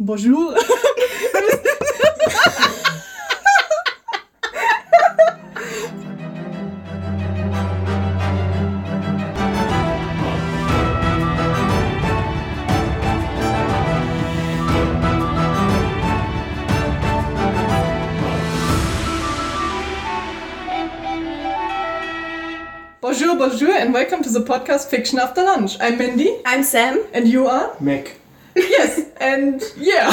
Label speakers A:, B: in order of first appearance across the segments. A: Bonjour. Bonjour, bonjour, and welcome to the podcast Fiction After Lunch. I'm Mindy,
B: I'm Sam.
A: and you are?
C: Mac.
A: Yes, and yeah.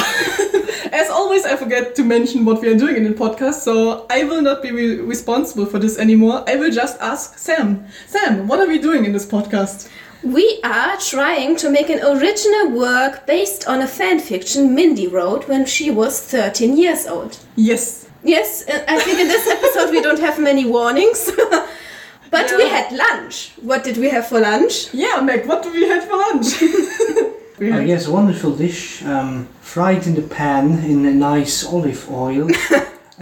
A: As always, I forget to mention what we are doing in the podcast, so I will not be re- responsible for this anymore. I will just ask Sam. Sam, what are we doing in this podcast?
B: We are trying to make an original work based on a fan fiction Mindy wrote when she was 13 years old.
A: Yes.
B: Yes, uh, I think in this episode we don't have many warnings. but we had lunch. What did we have for lunch?
A: Yeah, Meg, what do we have for lunch? we
C: Oh,
A: had
C: yes, a wonderful dish. Um, fried in the pan in a nice olive oil.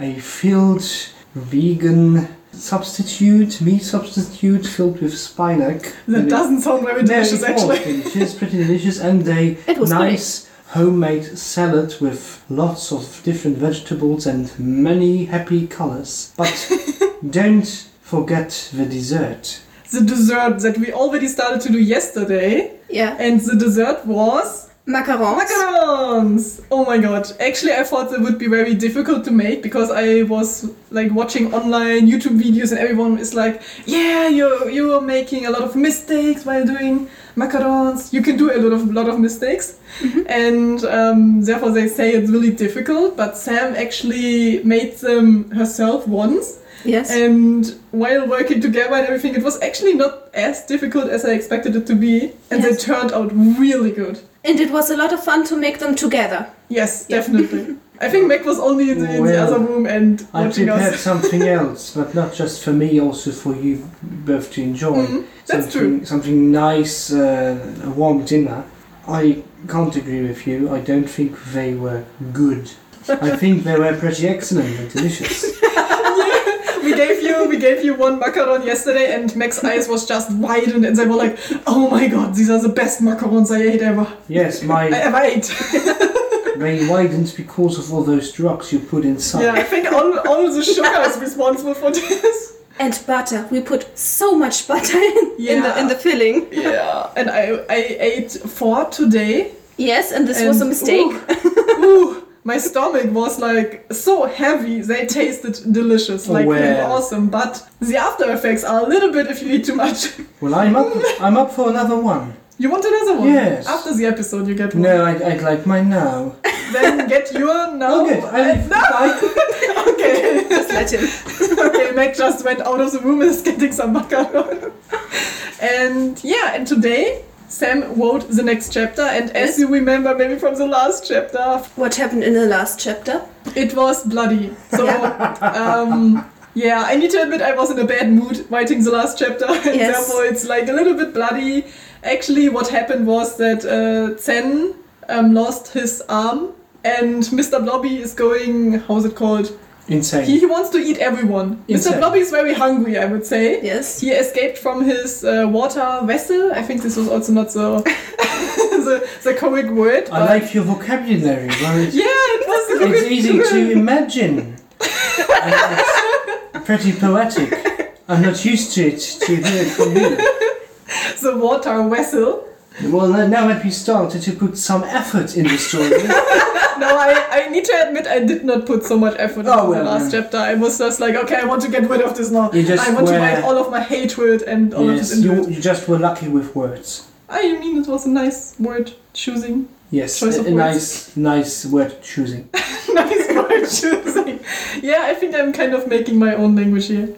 C: a filled vegan substitute, meat substitute filled with spinach.
A: That doesn't sound very delicious, actually.
C: It's pretty delicious and a
B: It was
C: nice homemade salad with lots of different vegetables and many happy colors. But don't forget the dessert.
A: The dessert that we already started to do yesterday,
B: Yeah,
A: and the dessert was
B: macarons.
A: Macarons! Oh my god. Actually, I thought it would be very difficult to make because I was like watching online YouTube videos and everyone is like, yeah, you're, you're making a lot of mistakes while doing macarons. You can do a lot of, lot of mistakes.
B: Mm-hmm.
A: And um, therefore, they say it's really difficult, but Sam actually made them herself once.
B: Yes.
A: And while working together and everything, it was actually not as difficult as I expected it to be. And
B: Yes.
A: they turned out really good.
B: and it was a lot of fun to make them together.
A: Yes, definitely. I think Meg was only in the, in the
C: Well,
A: other room and
C: I
A: watching
C: prepared
A: us.
C: something else, but not just for me, also for you both to enjoy.
A: Mhm, that's
C: something, Something nice, uh, a warm dinner. I can't agree with you. I don't think they were good. I think they were pretty excellent and delicious.
A: We gave you we gave you one macaron yesterday, and Meg's eyes was just widened, and they were like, "Oh my god, these are the best macarons I ate ever.
C: Yes,
A: I
C: my
A: ever ate."
C: they widened because of all those drugs you put inside.
A: Yeah, I think all all the sugar is responsible for this.
B: And butter. We put so much butter in, in, the,
A: Yeah.
B: in the filling.
A: Yeah, and I I ate four today.
B: Yes, and this
A: and
B: was a mistake.
A: Ooh, ooh, my stomach was like so heavy. They tasted delicious, like they were
C: Oh, Well.
A: awesome. But the after effects are a little bit if you eat too much.
C: Well, I'm up. I'm up for another one.
A: You want another one?
C: Yes.
A: After the episode, you get one.
C: No, I'd, I'd like mine now.
A: Then get your now.
C: Okay, I, I,
A: Okay.
B: Just let him.
A: okay, Meg just went out of the room and is getting some macaron. and yeah, and today Sam wrote the next chapter. And as
B: Yes.
A: you remember, maybe from the last chapter,
B: What happened in the last chapter?
A: it was bloody. So, um, yeah, I need to admit I was in a bad mood writing the last chapter, and
B: Yes.
A: therefore it's like a little bit bloody. Actually, what happened was that uh, Zen um, lost his arm, and Mr. Blobby is going, how's it called? He,
C: insane.
A: he wants to eat everyone. Mr.
C: Insane.
A: Blobby is very hungry, I would say.
B: Yes.
A: He escaped from his uh, water vessel. I think this was also not so the, the correct word.
C: I like your vocabulary. Right?
A: yeah, it was the
C: It's
A: correct
C: easy
A: word.
C: to imagine. And it's pretty poetic. I'm not used to it, to hear it from you.
A: The water vessel.
C: Well, no- now that we started to put some effort in the story,
A: No, I, I need to admit I did not put so much effort into
C: Oh,
A: the
C: well,
A: last
C: yeah.
A: chapter. I was just like, okay, I want to get rid of this now.
C: You just
A: I want to
C: were-
A: write all of my hatred and all
C: yes,
A: of this into
C: you,
A: it.
C: you just were lucky with words.
A: I mean, it was a nice word choosing.
C: Yes,
A: Choice
C: a,
A: of
C: a
A: words.
C: nice, nice word choosing.
A: nice word choosing. Yeah, I think I'm kind of making my own language here.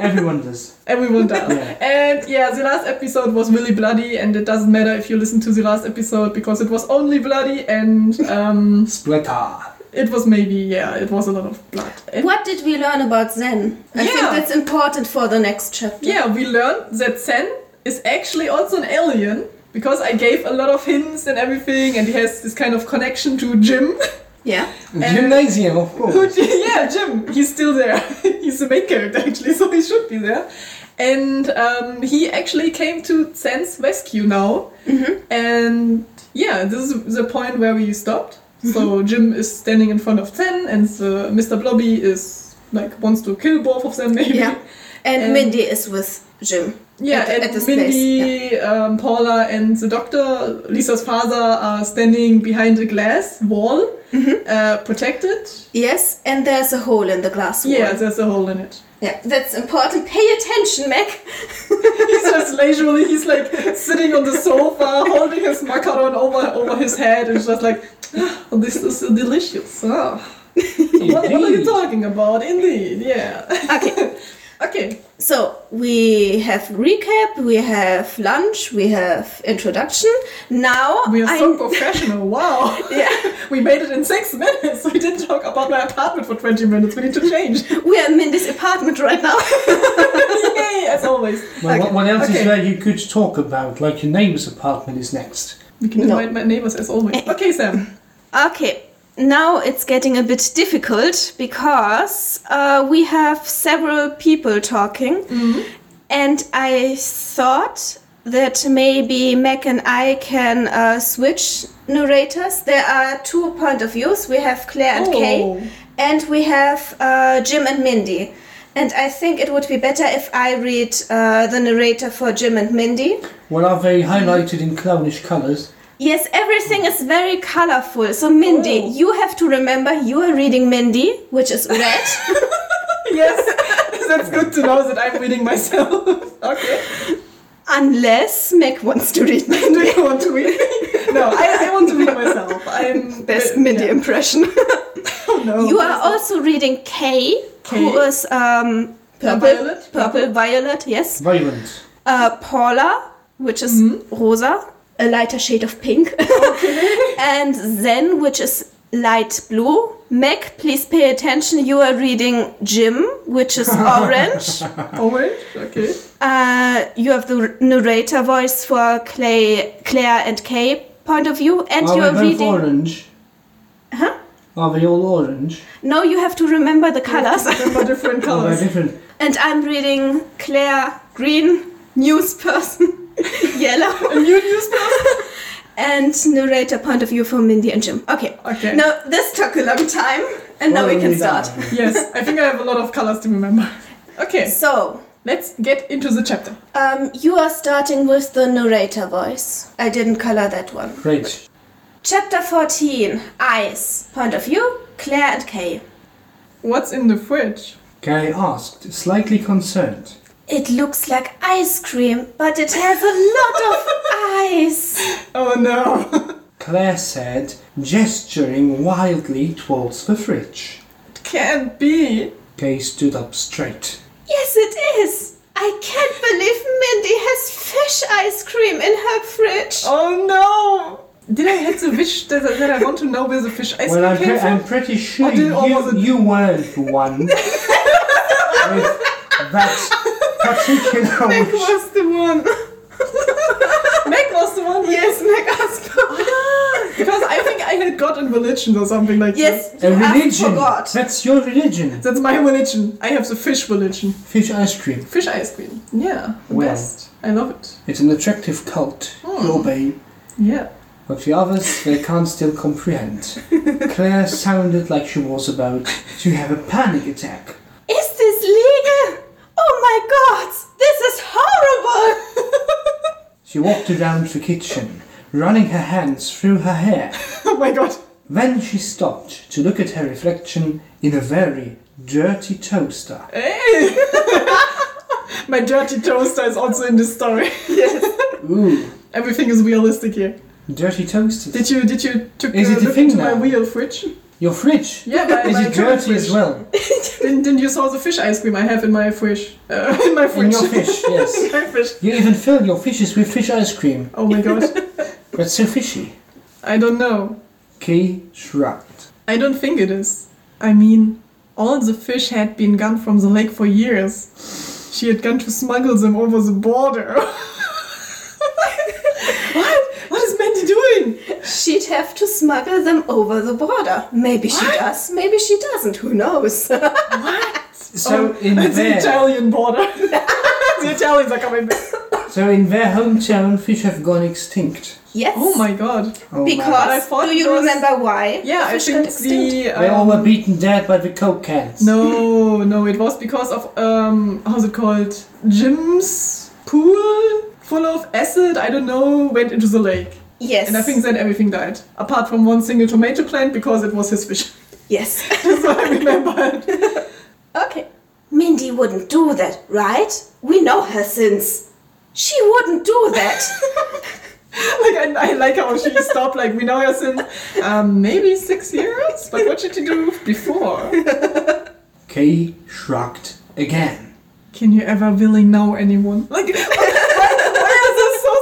C: Everyone does.
A: Everyone does.
C: Yeah.
A: And yeah, the last episode was really bloody, and it doesn't matter if you listen to the last episode because it was only bloody and um,
C: Splatter.
A: it was maybe, yeah, it was a lot of blood. And
B: What did we learn about Zen? I think
A: Yeah.
B: that's important for the next chapter.
A: Yeah, we learned that Sen is actually also an alien because I gave a lot of hints and everything, and he has this kind of connection to Jim.
B: Yeah.
C: Gymnasium, of
A: Who-
C: course.
A: yeah, Jim. He's still there. He's the main character actually, so he should be there. And um, he actually came to Sen's rescue now. And yeah, this is the point where we stopped. So Jim is standing in front of Zen, and uh, Mr. Blobby is like wants to kill both of them, maybe.
B: Yeah. And
A: Um,
B: Mindy is with Jim.
A: Yeah,
B: At-
A: and
B: at this
A: Mindy, um, Paula, and the doctor, Lisa's father, are standing behind a glass wall,
B: Mm-hmm.
A: uh, protected.
B: Yes, and there's a hole in the glass wall.
A: Yeah, there's a hole in it.
B: Yeah, that's important. Pay attention, Mac.
A: He's just leisurely, he's like sitting on the sofa, holding his macaron over over his head, and just like, "Ah, this is so delicious. Ah. What, what are you
C: Indeed.
A: talking about? Indeed, yeah.
B: Okay,
A: Okay.
B: so we have recap, we have lunch, we have introduction. Now
A: We are
B: I-
A: so professional. Wow.
B: Yeah.
A: We made it in six minutes. We didn't talk about my apartment for 20 minutes. We need to change.
B: we are in Mindy's apartment right now.
A: Yay, as always.
C: Well, what, what else
A: Okay.
C: is there you could talk about? Like your neighbour's apartment is next.
A: We can
B: No.
A: invite my neighbors as always. Okay, Sam.
B: Okay, now it's getting a bit difficult because uh, we have several people talking, and I thought that maybe Mac and I can uh, switch narrators. There are two point of views. We have Claire and
A: Oh.
B: Kay, and we have uh, Jim and Mindy. And I think it would be better if I read uh, the narrator for Jim and Mindy.
C: Well, are they highlighted in clownish colours?
B: Yes, everything is very colorful. So, Mindy,
A: Oh.
B: you have to remember you are reading Mindy, which is red.
A: Yes, that's good to know that I'm reading myself. okay.
B: unless Meg wants to read
A: Do
B: Mindy.
A: you want to read? No, I, I want to read myself. I'm
B: Best Mindy
A: Yeah.
B: impression.
A: Oh, no.
B: you are also reading Kay, who
A: Kay.
B: is um, purple,
A: Violet?
B: purple, violet, yes.
C: Violent.
B: Uh, Paula, which is rosa, a lighter shade of pink. and Zen, which is light blue. Meg, please pay attention. You are reading Jim, which is orange.
A: orange. Okay.
B: Uh, you have the r- narrator voice for Clay, Claire and Kay point of view, and
C: are
B: you're
C: they both
B: reading.
C: orange?
B: Huh?
C: Are they all orange?
B: No, you have to remember the colors.
A: Remember different
C: Are they
A: colors.
C: different?
B: and I'm reading Claire Green, news person, yellow,
A: A new newspaper.
B: and narrator point of view for Mindy and Jim. Okay.
A: Okay.
B: No, this took a long time, and now
C: Well,
B: we can
C: we
B: start.
C: don't.
A: Yes, I think I have a lot of colors to remember. Okay,
B: So,
A: let's get into the chapter.
B: um, you are starting with the narrator voice. I didn't color that one.
C: Great.
B: Chapter 14 Ice. Point of view Claire and Kay.
A: What's in the fridge?
C: Guy asked, slightly concerned.
B: It looks like ice cream, but it has a lot of ice.
A: Oh no!
C: Claire said, gesturing wildly towards the fridge.
A: It can't be!
C: Kay stood up straight.
B: Yes, it is. I can't believe Mindy has fish ice cream in her fridge.
A: Oh no! Did I have the wish that, that I want to know where the fish ice
C: well, I'm,
A: cream
C: pre-
A: came
C: I'm
A: from?
C: pretty sure
A: did- or
C: you,
A: was it-
C: you weren't the one with that particular
A: Meg
C: wish.
A: was the one! Meg was the one! Yes, Meg asked Because I think I had God and religion or something like
B: Yes,
A: that.
C: A
B: you have
C: religion.
B: forgot.
C: That's your religion.
A: That's my religion. I have the fish religion.
C: Fish ice cream.
A: Fish ice cream. Yeah, the
C: Well.
A: best. I love it.
C: It's an attractive cult.
B: Hmm.
C: You obey.
A: Yeah.
C: But the others, they can't still comprehend. Claire sounded like she was about to have a panic attack.
B: Is this legal? Oh my god, this is horrible.
C: She walked around the kitchen, running her hands through her hair.
A: Oh my god.
C: Then she stopped to look at her reflection in a very dirty toaster.
A: Hey! My dirty toaster is also in this story.
C: Ooh,
A: Everything is realistic here.
C: dirty toasters.
A: Did you did you took
C: Is
A: a
C: it a
A: look
C: thing
A: into my
C: now?
A: real fridge?
C: Your fridge.
A: Yeah, my,
C: Is
A: my
C: it
A: current
C: dirty
A: fridge.
C: as well?
A: Didn't, didn't you saw the fish ice cream I have in my fridge? Uh, in my fridge.
C: In your fish, yes.
A: In my fish.
C: You even fill your fishes with fish ice cream.
A: Oh my god.
C: That's so fishy.
A: I don't know.
C: Kay shrugged.
A: I don't think it is. I mean, all the fish had been gone from the lake for years. She had gone to smuggle them over the border. what? What is Mandy doing?
B: She'd have to smuggle them over the border. Maybe she does, maybe she doesn't, who knows?
C: So
A: Oh,
C: in
A: it's the
C: there,
A: Italian border. the Italians are coming back.
C: So in their hometown, fish have gone extinct.
B: Yes.
A: Oh my god.
C: Oh,
B: Because
C: man.
A: I thought
B: do
A: it
B: you
A: was-
B: remember why?
A: Yeah, I
B: fish got
A: think
B: extinct?
A: the.
C: they all
A: um,
C: were beaten dead by the coke cans.
A: No, no, it was because of um, how's it called? Jim's pool full of acid. I don't know. Went into the lake,
B: Yes.
A: and I think then everything died, apart from one single tomato plant because it was his fish.
B: yes.
A: That's what I remembered.
B: okay. Mindy wouldn't do that, right? We know her since. She wouldn't do that.
A: like I, I like how she stopped. Like we know her since um, maybe six years, but what did you do before?
C: Kay shrugged again.
A: Can you ever really know anyone? Like why, why is it so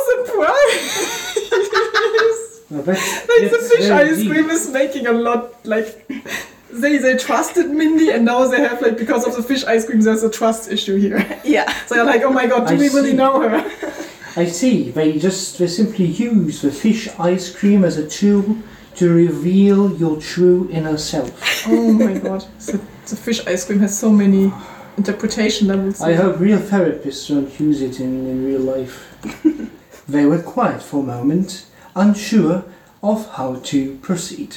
A: surprised?
C: Like
A: Like the fish ice cream is making a lot like they they trusted Mindy and now they have like because of the fish ice cream there's a trust issue here.
B: yeah.
A: So they're like, oh my god, do
C: I
A: we
C: see.
A: really know her?
C: I see. They just they simply use the fish ice cream as a tool to reveal your true inner self.
A: Oh my god. The, the fish ice cream has so many interpretation levels.
C: I hope real therapists don't use it in, in real life. they were quiet for a moment, unsure of how to proceed.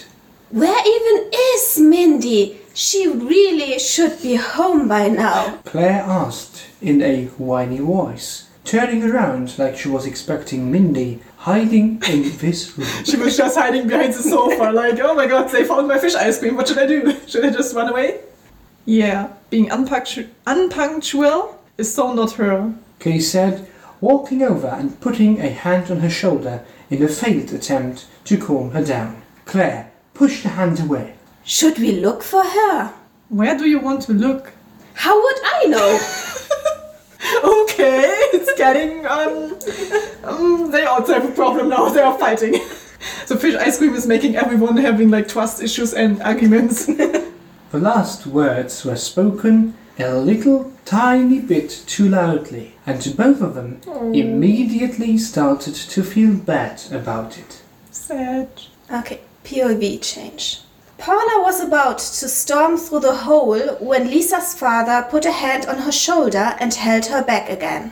B: Where even is Mindy? She really should be home by now.
C: Claire asked in a whiny voice, turning around like she was expecting Mindy hiding in this room.
A: She was just hiding behind the sofa, like, oh my god, they found my fish ice cream, what should I do? Should I just run away? Yeah, being unpunctu- unpunctual is so not her.
C: Kay said, walking over and putting a hand on her shoulder in a failed attempt to calm her down. Claire pushed the hand away.
B: Should we look for her?
A: Where do you want to look?
B: How would I know?
A: okay, it's getting um, um they also have a problem now, they are fighting. So fish ice cream is making everyone having like trust issues and arguments.
C: The last words were spoken a little tiny bit too loudly, and both of them immediately started to feel bad about it.
A: Sad.
B: Okay, POV change. Paula was about to storm through the hole when Lisa's father put a hand on her shoulder and held her back again.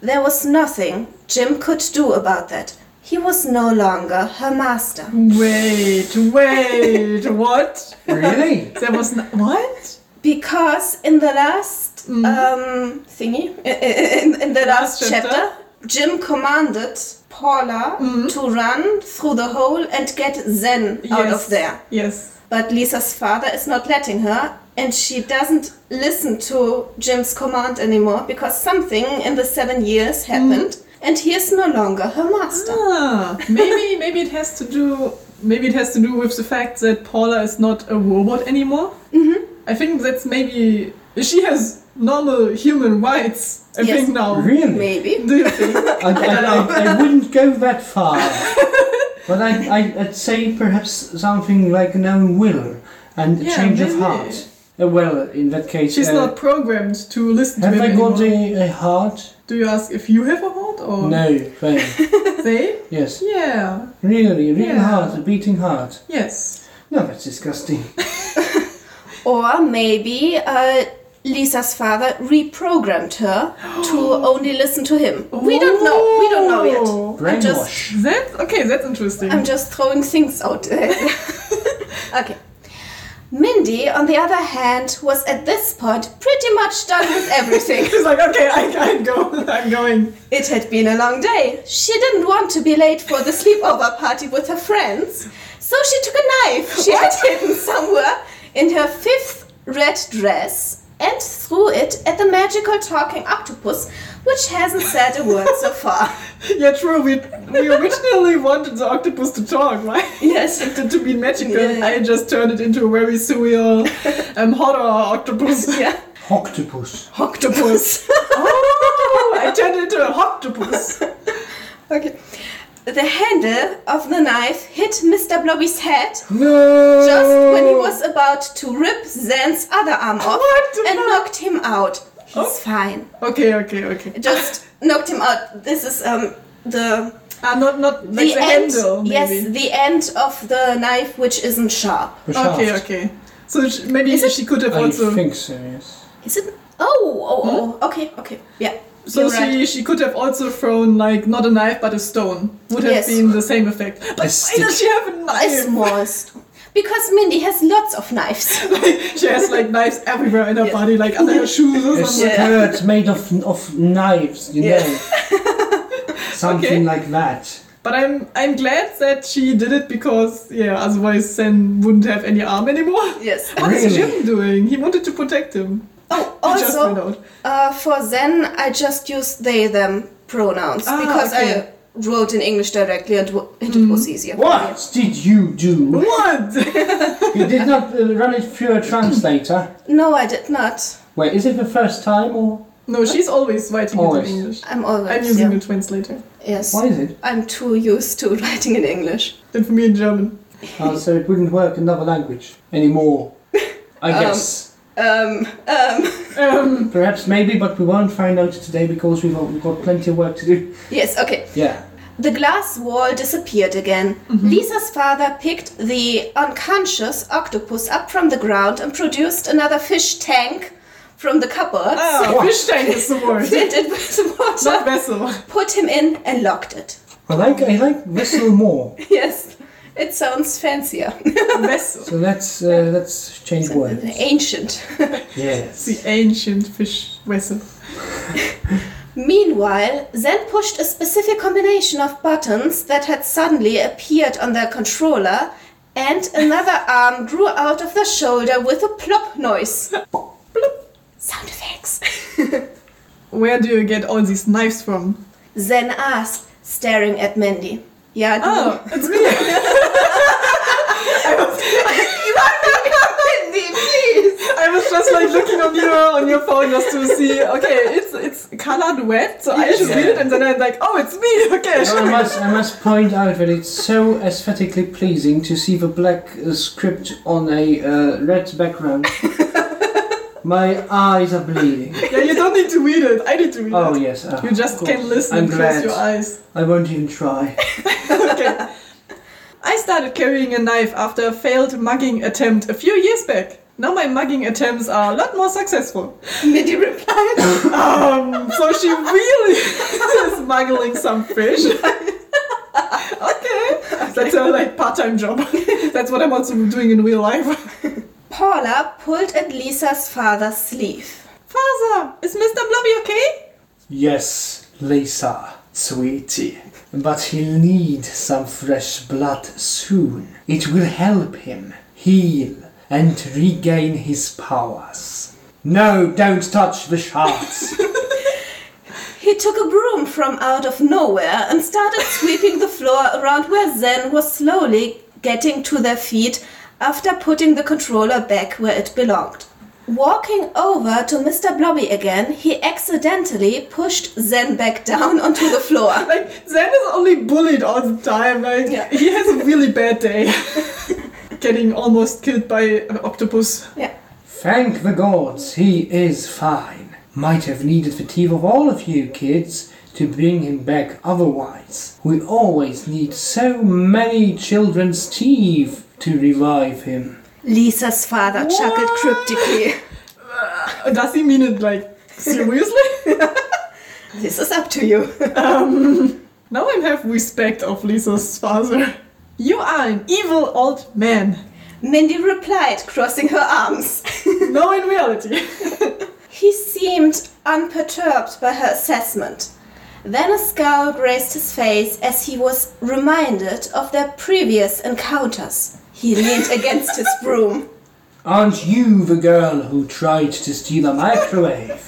B: There was nothing Jim could do about that. He was no longer her master.
A: Wait, wait, what?
C: Really?
A: There was no- what?
B: Because in the last um, thingy, i- i- in, in the last,
A: Last
B: chapter, Mm-hmm.
A: chapter.
B: Jim commanded Paula to run through the hole and get Zen out of there.
A: Yes.
B: But Lisa's father is not letting her, and she doesn't listen to Jim's command anymore because something in the seven years happened, and he is no longer her master.
A: Ah, maybe maybe it has to do maybe it has to do with the fact that Paula is not a robot anymore. Mm-hmm. I think that's maybe she has normal human rights. I
B: Yes.
A: think now.
C: Mm. Really?
B: Maybe.
A: Do you think?
C: I, I, I, I wouldn't go that far. but I, I, I'd say perhaps something like an own will and a
A: Yeah,
C: change of
A: maybe.
C: heart. Uh, well, in that case,
A: She's
C: uh,
A: not programmed to listen
C: have
A: to him
C: I got
A: anymore. Oh.
C: a, a heart?
A: Do you ask if you have a heart or
C: No, thank
A: they?
C: Yes,
A: Yeah.
C: really, a real
A: Yeah.
C: heart, a beating heart.
A: Yes.
C: No, that's disgusting.
B: Or maybe uh, Lisa's father reprogrammed her to only listen to him. We don't know. We don't know yet.
A: Oh.
B: I just-
C: Brainwash.
A: That okay, that's interesting.
B: I'm just throwing things out there. okay. Mindy, on the other hand, was at this point pretty much done with everything.
A: She's like, okay, I can't go. I'm going.
B: It had been a long day. She didn't want to be late for the sleepover party with her friends, so she took a knife she had hidden somewhere in her fifth red dress and threw it at the magical talking octopus, which hasn't said a word so far.
A: Yeah, true. We we originally wanted the octopus to talk, right?
B: Yes.
A: To, to be magical.
B: Yeah.
A: I just turned it into a very surreal um, horror octopus.
B: Yeah.
C: Octopus.
A: Octopus. oh, I turned it into an octopus.
B: Okay. The handle of the knife hit Mr. Blobby's head
C: No!
B: just when he
C: Oh.
B: was about to rip Zan's other arm off
A: What the
B: and
A: fuck?
B: knocked him out. He's
A: Oh.
B: fine.
A: Okay, okay, okay.
B: just knocked him out. This is um the
A: Ah, not not like the,
B: the, end.
A: handle. Maybe.
B: yes, the end of the knife, which isn't sharp.
C: The shaft.
A: Okay, okay. So sh maybe
B: Is it-
A: she could have
C: I
A: also.
C: think so, yes.
B: Is it? Oh, oh, oh. Hmm? Okay, okay. Yeah.
A: So
B: You're
A: she,
B: right.
A: she could have also thrown like not a knife but a stone. Would have
B: Yes.
A: been the same effect. But why
C: stick.
A: does she have a
B: A
A: knife?
B: small stone. Because Mindy has lots of knives.
A: she has like knives everywhere in her body, like under her shoes or
C: A
A: something.
C: skirt made of, of knives, you
A: Yeah.
C: know. Something
A: Okay.
C: like that.
A: But I'm I'm glad that she did it because yeah, otherwise Sen wouldn't have any arm anymore.
B: Yes.
A: What is
C: Really?
A: Jim doing? He wanted to protect him.
B: Oh,
A: He just found
B: also,
A: out.
B: uh, for Zen, I just used they, them pronouns
A: Ah,
B: because
A: okay. Hmm.
B: I wrote in English directly and, w- and it was easier.
C: What did you do?
A: What?
C: You did not uh, run it through a translator.
B: No, I did not.
C: Wait, is it the first time or
A: no, she's always writing
C: Always.
A: it in English.
B: I'm
A: I'm
B: always.
A: using
B: yeah.
A: a translator.
B: Yes.
C: why is it?
B: I'm too used to writing in English.
A: Then for me in German.
C: Oh, so it wouldn't work in another language anymore. I
B: Um,
C: guess.
B: Um, um,
A: Um,
C: Perhaps, maybe, but we won't find out today because we've al- we've got plenty of work to do.
B: yes, okay.
C: Yeah.
B: The glass wall disappeared again. Lisa's father picked the unconscious octopus up from the ground and produced another fish tank from the cupboards.
A: ah,
C: What?
A: fish tank is the word.
B: Filled it with
A: Not
B: water,
A: vessel.
B: put him in, and locked it.
C: I like I like whistle more.
B: Yes, it sounds fancier.
A: vessel.
C: So let's uh, let's change words.
B: Ancient.
A: It's
C: Yes.
A: the ancient fish vessel.
B: Meanwhile, Zen pushed a specific combination of buttons that had suddenly appeared on their controller, and another arm grew out of the shoulder with a plop noise. Plop. Sound effects.
A: Where do you get all these knives from?
B: Zen asked, staring at Mandy. Yeah, du.
A: Oh, it's me.
B: Mandy, Oh. please.
A: I was just like looking on your on your phone just to see. Okay, it's it's colored red, so I should read it, and then I'm like, oh, it's me. Okay, I
C: Now I
A: should.
C: must, I must point out that it's so aesthetically pleasing to see the black uh, script on a uh, red background. My eyes are bleeding.
A: Yeah, you don't need to read it. I need to read
C: Oh
A: it.
C: yes, uh,
A: You just
C: of
A: can
C: course.
A: listen
C: I'm
A: and close
C: glad.
A: your eyes.
C: I won't even try.
A: Okay. I started carrying a knife after a failed mugging attempt a few years back. Now my mugging attempts are a lot more successful.
B: Mindy replied.
A: Um, so she really is smuggling some fish. okay. That's her like part-time job. That's what I'm also doing in real life.
B: Paula pulled at Lisa's father's sleeve.
A: Father, is Mr. Blobby okay?
C: Yes, Lisa, sweetie. But he'll need some fresh blood soon. It will help him heal and regain his powers. No, don't touch the shards.
B: He took a broom from out of nowhere and started sweeping the floor around where Zen was slowly getting to their feet after putting the controller back where it belonged. Walking over to Mr. Blobby again, he accidentally pushed Zen back down onto the floor.
A: Like Zen is only bullied all the time. Like
B: Yeah.
A: he has a really bad day. Getting almost killed by an octopus.
B: Yeah.
C: Thank the gods, he is fine. Might have needed the teeth of all of you kids to bring him back otherwise. We always need so many children's teeth to revive him.
B: Lisa's father chuckled
A: What?
B: cryptically.
A: Does he mean it like seriously?
B: This is up to you.
A: now I have respect of Lisa's father. You are an evil old man.
B: Mindy replied, crossing her arms.
A: No, in reality.
B: He seemed unperturbed by her assessment. Then a scowl graced his face as he was reminded of their previous encounters. He leaned against his broom.
C: Aren't you the girl who tried to steal a microwave?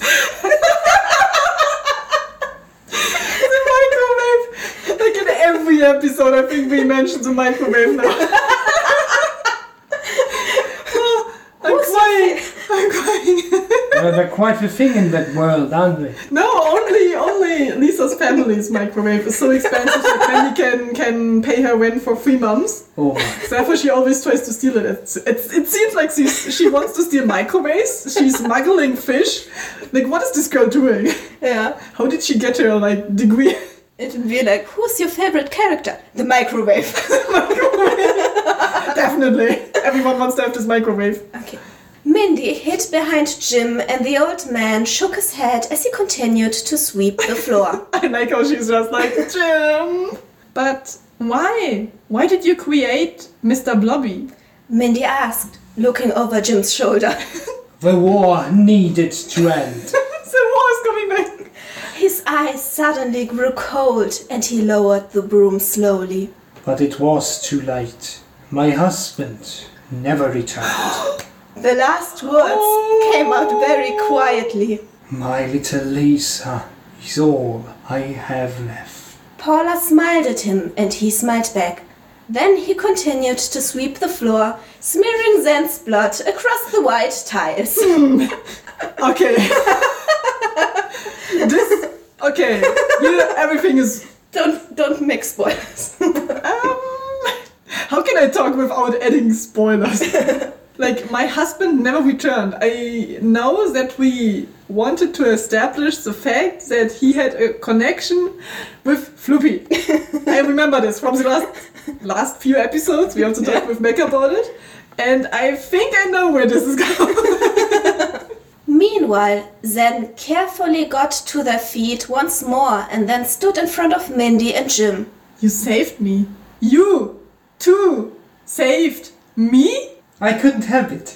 A: the microwave. Like in every episode, I think we mentioned the microwave now. Oh, I'm crying. I'm crying.
C: well, they're quite the thing in that world, aren't they?
A: no, only only Lisa's family's microwave is so expensive that Mandy can can pay her rent for three months.
C: Oh, my.
A: Therefore, she always tries to steal it. It's, it's, it seems like she's, she wants to steal microwaves. She's smuggling fish. Like, what is this girl doing?
B: Yeah.
A: How did she get her like degree?
B: It would be like, who's your favorite character? The microwave.
A: Definitely, everyone wants to have this microwave.
B: okay. Mindy hid behind Jim, and the old man shook his head as he continued to sweep the floor.
A: I like how she's just like, Jim! But why? Why did you create Mr. Blobby?
B: Mindy asked, looking over Jim's shoulder.
C: The war needed to end.
A: the war is coming back!
B: His eyes suddenly grew cold, and he lowered the broom slowly.
C: but it was too late. My husband never returned.
B: The last words came out very quietly.
C: My little Lisa is all I have left.
B: Paula smiled at him, and he smiled back. Then he continued to sweep the floor, smearing Zen's blood across the white tiles.
A: Okay. this. Okay. You, everything is.
B: don't don't make spoilers.
A: Um, how can I talk without adding spoilers? like, my husband never returned. I know that we wanted to establish the fact that he had a connection with Floopy. I remember this from the last last few episodes. We have to talk with Mac about it. And I think I know where this is going.
B: Meanwhile, Zen carefully got to their feet once more and then stood in front of Mindy and Jim.
A: You saved me. You too saved me?
C: I couldn't help it.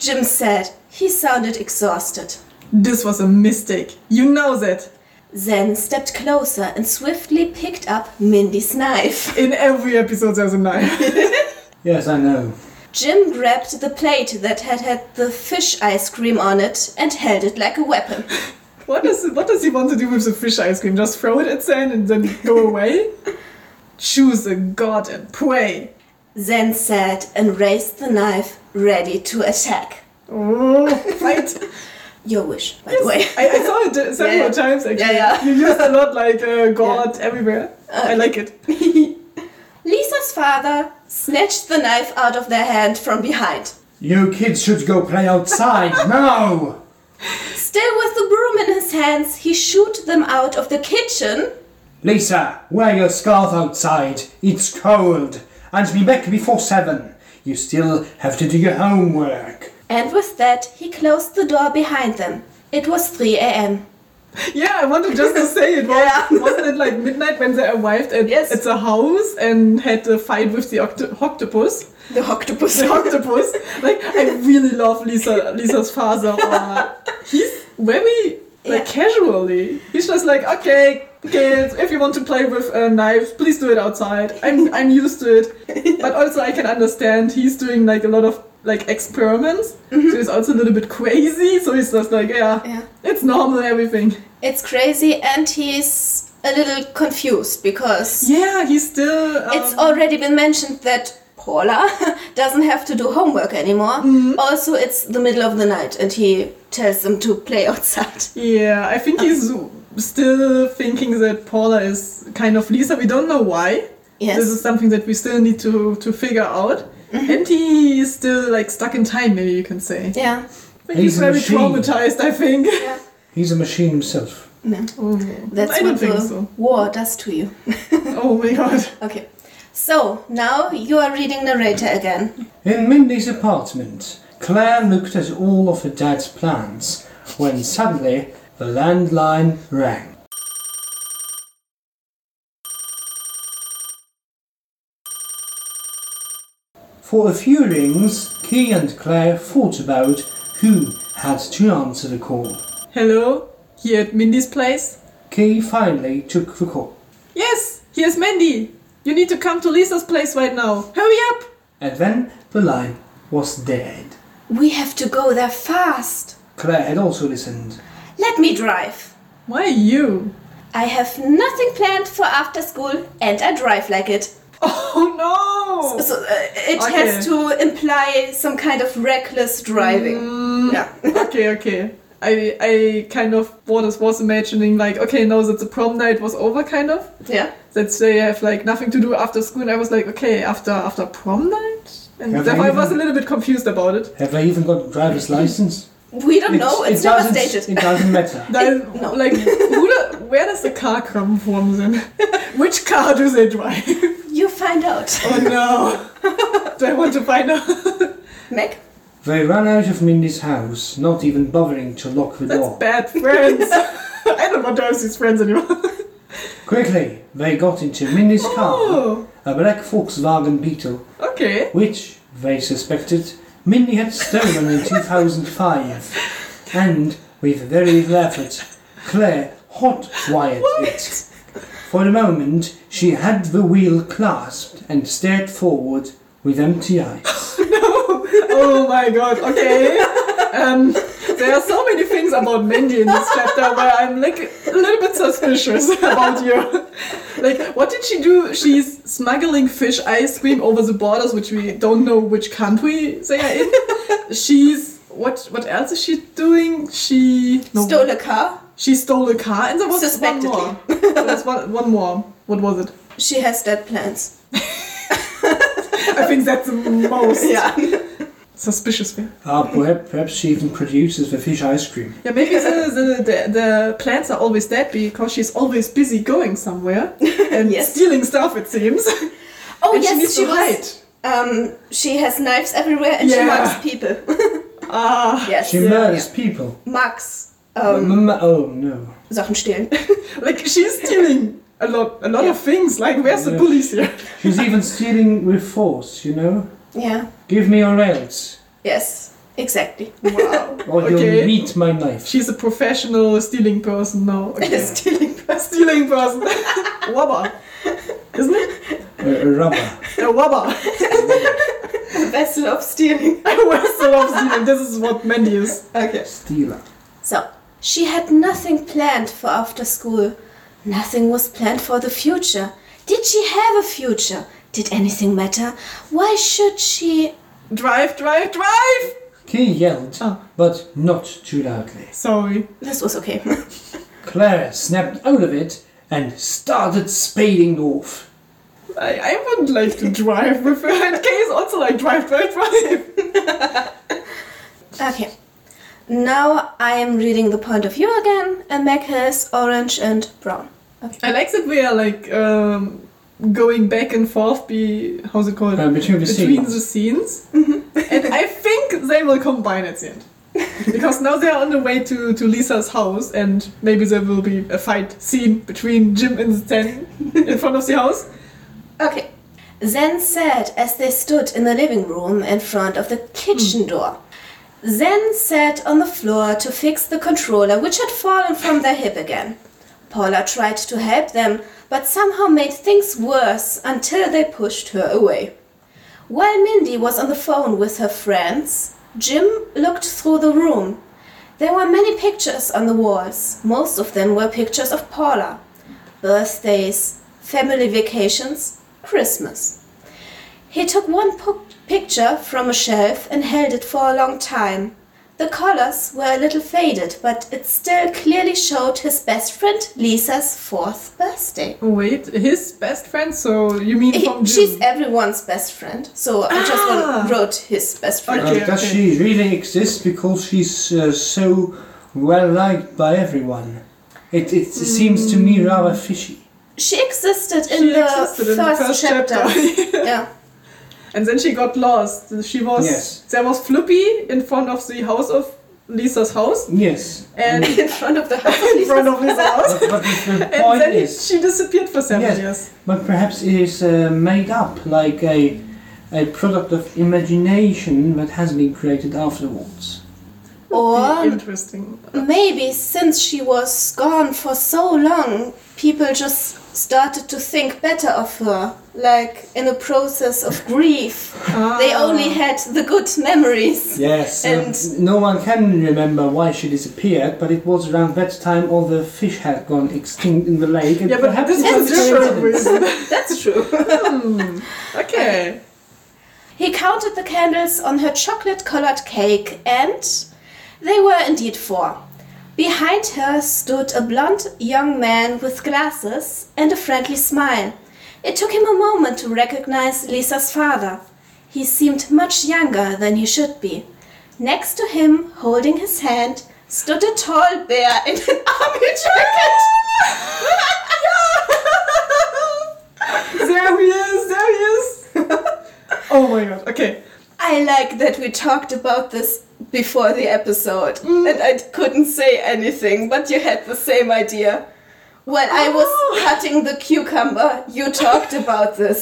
B: Jim said he sounded exhausted.
A: This was a mistake. You know that.
B: Zen stepped closer and swiftly picked up Mindy's knife.
A: In every episode there's a knife.
C: Yes, I know.
B: Jim grabbed the plate that had had the fish ice cream on it and held it like a weapon.
A: what does what does he want to do with the fish ice cream? Just throw it at Sand and then go away? Choose a god and pray.
B: Zen said and raised the knife, ready to attack.
A: Oh, fight!
B: Your wish, by the way.
A: I, I saw it uh, several
B: Yeah, yeah.
A: times actually.
B: Yeah, Uh, yeah.
A: You used a lot like uh, god everywhere. I like it.
B: Lisa's father snatched the knife out of their hand from behind.
C: You kids should go play outside now!
B: Still with the broom in his hands, he shooed them out of the kitchen.
C: Lisa, wear your scarf outside. It's cold. And be back before seven. You still have to do your homework.
B: And with that, he closed the door behind them. It was 3 a.m.
A: Yeah, I wanted just to say it was
B: Yeah.
A: wasn't it like midnight when they arrived at
B: Yes.
A: at the house and had the fight with the octo- octopus.
B: The octopus.
A: the octopus. Like I really love Lisa Lisa's father. Or, he's very like
B: Yeah.
A: casually. He's just like, okay, kids, if you want to play with uh, knives, please do it outside. I'm I'm used to it. But also I can understand he's doing like a lot of like experiments. So he's also a little bit crazy. So he's just like, yeah,
B: Mm-hmm. Yeah.
A: it's normal everything.
B: It's crazy, and he's a little confused because
A: Yeah, he's still. Um,
B: it's already been mentioned that Paula doesn't have to do homework anymore.
A: Mm-hmm.
B: Also, it's the middle of the night, and he tells them to play outside.
A: Yeah, I think he's still thinking that Paula is kind of Lisa. We don't know why.
B: Yes. Mm-hmm.
A: This is something that we still need to, to figure out. And he is still like stuck in time, maybe you can say.
B: Yeah.
A: But he's
C: He's a
A: very
C: machine.
A: traumatized, I think.
C: He's a machine himself.
B: No. That's
A: I
B: what
A: don't think
B: the
A: so.
B: war does to you.
A: Oh my god.
B: Okay. So now you are reading narrator again.
C: In Mindy's apartment, Claire looked at all of her dad's plans when suddenly the landline rang. For a few rings, Key and Claire thought about who had to answer the call.
A: Hello? Here at Mindy's place?
C: Key finally took the call,
A: Yes! Here's Mandy! You need to come to Lisa's place right now. Hurry up!
C: and then the line was dead.
B: We have to go there fast.
C: Claire had also listened.
B: Let me drive.
A: Why you?
B: I have nothing planned for after school and I drive like it.
A: Oh no!
B: So uh, it
A: Okay.
B: has to imply some kind of reckless driving.
A: Mm.
B: Yeah.
A: okay, okay. I I kind of what is was imagining like okay now that the prom night was over kind of
B: yeah.
A: that they have like nothing to do after school and I was like okay after after prom night and
C: Have
A: therefore I was a
C: even-
A: little bit confused about it.
C: Have they even got a driver's license?
B: We don't know.
C: It's-
B: It's never
C: doesn't-
B: stated.
C: It doesn't matter.
A: Then,
B: no.
A: Like who the, where does the car come from then? Which car do they drive?
B: You find out.
A: oh no! do I want to find out?
B: Meg?
C: They ran out of Mindy's house, not even bothering to lock the
A: That's
C: door.
A: bad friends. I don't want to have these friends anymore.
C: Quickly, they got into Mindy's car,
A: Oh,
C: a black Volkswagen Beetle,
A: okay.
C: which, they suspected, Mindy had stolen in 2005. And, with very little effort, Claire hot-wired it.
A: What?
C: For the moment, she had the wheel clasped and stared forward with empty eyes.
A: Oh my god, okay. Um, there are so many things about Mindy in this chapter where I'm like a little bit suspicious about you. Like, what did she do? She's smuggling fish ice cream over the borders, which we don't know which country they are in. She's. What, what else is she doing? She. no,
B: Stole a car.
A: She stole a car and there was one
B: Suspectedly.
A: more. There was one, one more. What was it?
B: She has dead plans.
A: I think that's the most
B: Yeah.
A: suspicious thing.
C: Ah, perhaps, perhaps she even produces the fish ice cream.
A: Yeah, maybe the, the, the, the plants are always dead because she's always busy going somewhere and
B: Yes.
A: stealing stuff, it seems. and
B: Oh
A: she needs
B: yes,
A: to
B: she was.
A: hide.
B: Um, she has knives everywhere and
A: Yeah.
B: she marks people.
A: Ah,
B: yes.
C: She murders people.
B: Marks
C: M-
A: Mm.
B: um,
C: m- oh no.
B: Sachen stehlen.
A: like she's stealing a lot, a lot of things. Like, where's the
C: Yeah.
A: police here?
C: She's even stealing with force, you know?
B: yeah.
C: Give me your else,
B: Yes. Exactly.
A: Wow.
C: or
A: Okay.
C: you'll meet my knife.
A: She's a professional stealing person now. Okay.
B: Stealing.
A: a stealing person. Wubba. Isn't it?
C: A, a rubber.
A: A wubba.
B: Vessel of stealing.
A: I was so obstinate. This is what Mandy is.
B: Okay.
C: Stealer.
B: So, she had nothing planned for after school. Nothing was planned for the future. Did she have a future? Did anything matter? Why should she?
A: Drive, drive, drive!
C: Key yelled,
A: Oh.
C: but not too loudly.
A: Sorry.
B: This was okay.
C: Clara snapped out of it and started spading off.
A: I, I wouldn't like to drive with her. And Kay is also like, drive, drive, drive.
B: okay. Now I am reading the point of view again, and Mac has orange and brown.
A: I like that we are like um, going back and forth, be, how's it called?
C: Uh, between
A: Between
C: the scenes.
A: the scenes.
B: Mm-hmm.
A: and I think they will combine at the end. Because now they are on the way to, to Lisa's house, and maybe there will be a fight scene between Jim and the Ten in front of the house.
B: Okay. Zen said as they stood in the living room in front of the kitchen door. Zen sat on the floor to fix the controller, which had fallen from their hip again. Paula tried to help them, but somehow made things worse until they pushed her away. While Mindy was on the phone with her friends, Jim looked through the room. There were many pictures on the walls. Most of them were pictures of Paula birthdays, family vacations, Christmas. He took one po- picture from a shelf and held it for a long time. The colors were a little faded, but it still clearly showed his best friend Lisa's fourth birthday.
A: Wait, his best friend? So you mean
B: He-
A: from Jim?
B: she's everyone's best friend, so I just
A: Ah.
B: wrote- wrote his best friend.
A: Okay,
C: Uh, does
A: okay.
C: she really exist? Because she's uh, so well liked by everyone. It, it
A: Hmm.
C: seems to me rather fishy.
B: She existed in,
A: She
B: the,
A: existed
B: first
A: in the first chapter.
B: yeah.
A: And then she got lost. She was
C: Yes.
A: there was Flippy in front of the house of Lisa's house
C: Yes.
A: and
B: In front of the
A: in front of Lisa's house.
C: but, but Mm. the
A: And
C: point
A: then he-
C: is,
A: she disappeared for seven
C: Yes.
A: years.
C: but perhaps it is uh, made up like a a product of imagination that has been created afterwards.
A: Be
B: Or
A: interesting.
B: maybe since she was gone for so long, people just started to think better of her. Like in the process of grief, they
A: Ah.
B: only had the good memories.
C: Yes. And
B: And-
C: no one can remember why she disappeared, but it was around that time all the fish had gone extinct in the lake. And
A: Yeah, but
C: perhaps
A: this
C: it
A: was
C: was a
A: different
C: coincidence.
A: reason.
B: That's true.
A: Okay.
B: He counted the candles on her chocolate colored cake, and they were indeed four. Behind her stood a blond young man with glasses and a friendly smile. It took him a moment to recognize Lisa's father. He seemed much younger than he should be. Next to him, holding his hand, stood a tall bear in an army jacket.
A: There he is, there he is. oh my god. Okay.
B: I like that we talked about this before the episode and I couldn't say anything, but you had the same idea. When I was cutting the cucumber, you talked about this.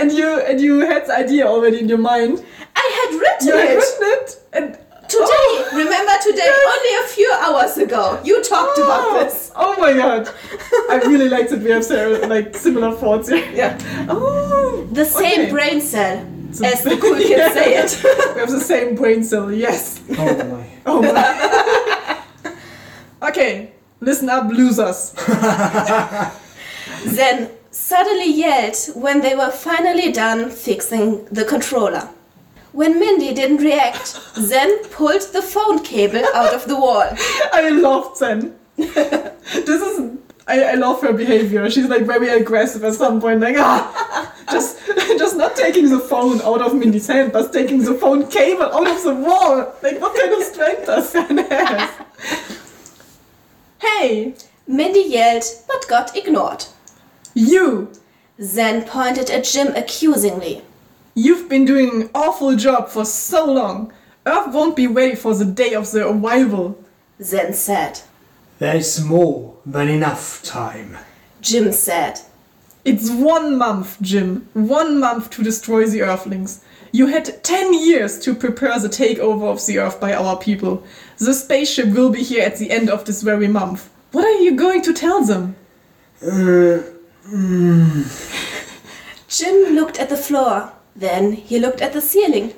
A: And you and you had the idea already in your mind.
B: I had written
A: You
B: Oh. it.
A: had written it and
B: Today, remember today, only a few hours ago, you talked about this.
A: Oh my god. I really like that we have Sarah, like similar thoughts here.
B: Yeah.
A: Oh
B: The same
A: okay.
B: brain cell,
A: So-
B: as the cool kids
A: Yeah.
B: say it.
A: We have the same brain cell, yes.
C: Oh my.
A: Oh my Okay. Listen up, losers.
B: then suddenly yelled when they were finally done fixing the controller. When Mindy didn't react, Zen pulled the phone cable out of the wall.
A: I love Zen. this is I, I love her behavior. She's like very aggressive at some point, like ah just just not taking the phone out of Mindy's hand, but taking the phone cable out of the wall. Like what kind of strength does Zen have? Hey,
B: Mindy yelled but got ignored.
A: you!
B: Zen pointed at Jim accusingly.
A: You've been doing an awful job for so long. Earth won't be ready for the day of the arrival.
B: Zen said.
C: There's more than enough time.
B: Jim said.
A: It's one month, Jim. One month to destroy the Earthlings. You had ten years to prepare the takeover of the Earth by our people. The spaceship will be here at the end of this very month. What are you going to tell them?
C: Uh,
B: Jim looked at the floor. Then he looked at the ceiling.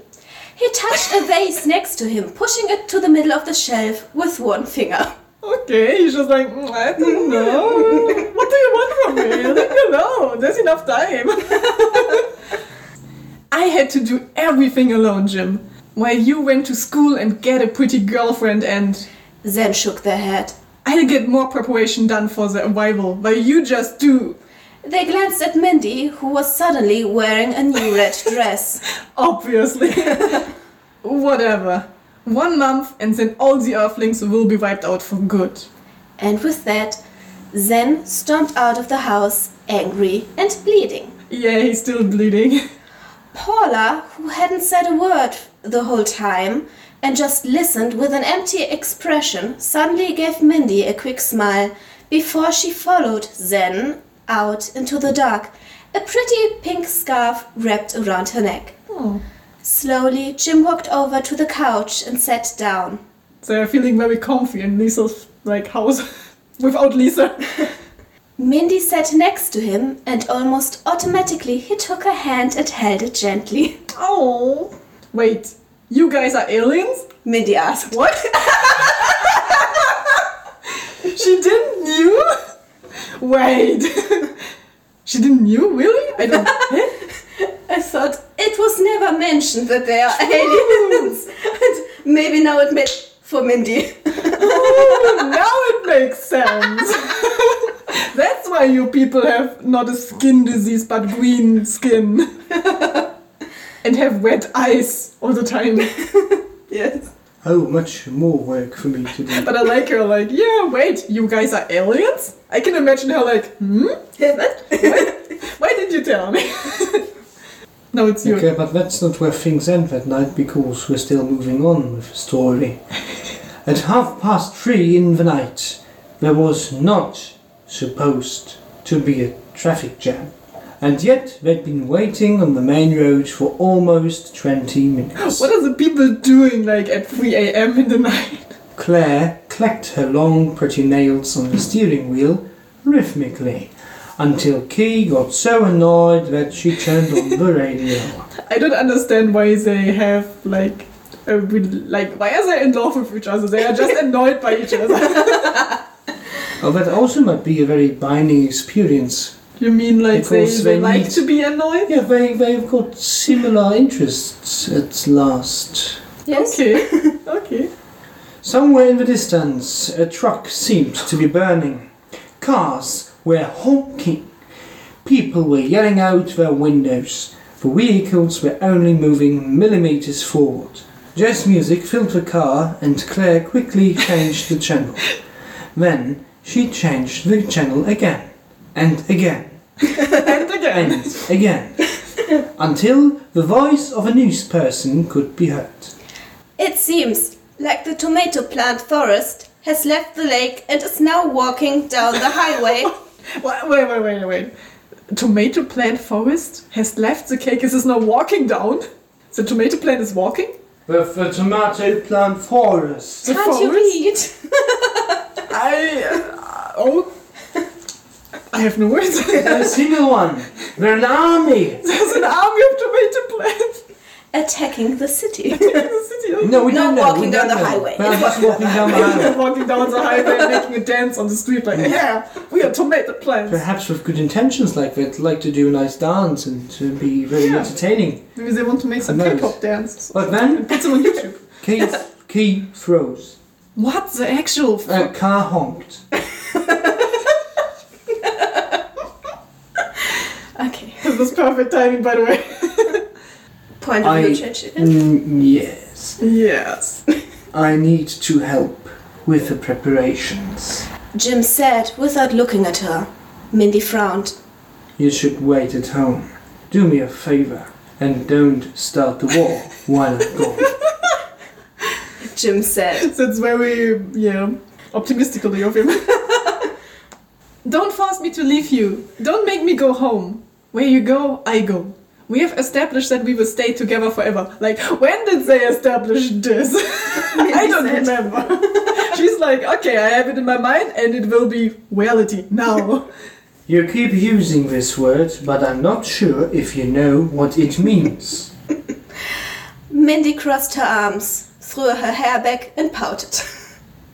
B: He touched a vase next to him, pushing it to the middle of the shelf with one finger.
A: Okay, he's just like, "Mm, I don't know. what do you want from me? Let me know. There's enough time. I had to do everything alone, Jim. While you went to school and get a pretty girlfriend, and
B: Zen shook their head.
A: I'll get more preparation done for the arrival. While you just do.
B: They glanced at Mindy, who was suddenly wearing a new red dress.
A: Obviously. Whatever. One month, and then all the Earthlings will be wiped out for good.
B: And with that, Zen stomped out of the house, angry and bleeding.
A: Yeah, he's still bleeding.
B: Paula, who hadn't said a word the whole time and just listened with an empty expression, suddenly gave Mindy a quick smile before she followed Zen out into the dark, a pretty pink scarf wrapped around her neck.
A: Oh.
B: Slowly, Jim walked over to the couch and sat down.
A: They're feeling very comfy in Lisa's like house without Lisa.
B: Mindy sat next to him, and almost automatically he took her hand and held it gently.
A: Oh. Wait, you guys are aliens?
B: Mindy asked,
A: What? she didn't knew? Wait. she didn't knew, really? I don't Huh?
B: I thought it was never mentioned that they are aliens. and maybe now it made for Mindy.
A: Ooh, now it makes sense. That's why you people have not a skin disease but green skin. and have red eyes all the time.
B: yes.
C: oh, much more work for me to do.
A: But I like her, like, yeah, wait, you guys are aliens? I can imagine her, like, hmm? Why did you tell me? no, it's you.
C: Okay, but that's not where things end that night because we're still moving on with the story. At half past three in the night, there was not supposed to be a traffic jam. And yet, they'd been waiting on the main road for almost 20 minutes.
A: What are the people doing, like, at 3 a.m. in the night?
C: Claire clacked her long, pretty nails on the steering wheel rhythmically until Key got so annoyed that she turned on the radio.
A: I don't understand why they have, like, a, re- like, why are they in love with each other? They are just annoyed by each other.
C: Oh, that also might be a very binding experience.
A: You mean, like, they,
C: Because
A: they
C: they
A: like
C: need-
A: to be annoyed?
C: Yeah, they, they've got similar interests at last.
A: Okay, okay.
C: Somewhere in the distance, a truck seemed to be burning. Cars were honking. People were yelling out their windows. The vehicles were only moving millimeters forward. Jazz music filled the car, and Claire quickly changed the channel. Then she changed the channel again, and again,
A: And again.
C: and again, until The voice of a news person could be heard.
B: It seems like the tomato plant forest has left the lake and is now walking down the highway.
A: Wait, wait, wait, wait, wait. Tomato plant forest has left the cake is now walking down. The tomato plant is walking?
C: With the tomato plant forest.
A: The
B: Can't you
A: forest?
B: read?
A: I. Uh, oh. I have no words.
C: a single one. They're an army.
A: There's an army of tomato plants
B: Attacking the city.
A: in the city.
C: No, we
B: Not
C: don't know.
B: walking
C: we
B: down
C: don't
B: the
C: know.
B: highway.
C: Well, just walking down the highway.
A: They're walking down the highway, making a dance on the street, like, yeah, we are tomato plants.
C: Perhaps with good intentions, like they'd like to do a nice dance and to be very
A: Yeah.
C: entertaining.
A: Maybe they want to make some
C: Nice.
A: K-pop dance.
C: But then,
A: Put them on YouTube.
C: key, key froze.
A: What the actual? F-
C: A car honked.
B: okay.
A: this was perfect timing, by the way.
B: Point of
C: I-
B: view judge it is.
C: Mm, yes.
A: Yes.
C: I need to help with the preparations.
B: Jim said without looking at her. Mindy frowned.
C: You should wait at home. Do me a favor and don't start the war while I'm gone.
B: Jim said.
A: That's very yeah, optimistically of him. Don't force me to leave you. Don't make me go home. Where you go, I go. We have established that we will stay together forever. Like, when did they establish this? I don't
B: said.
A: remember. She's like, okay, I have it in my mind and it will be reality now.
C: You keep using this word, but I'm not sure if you know what it means.
B: Mindy crossed her arms, threw her hair back, and pouted.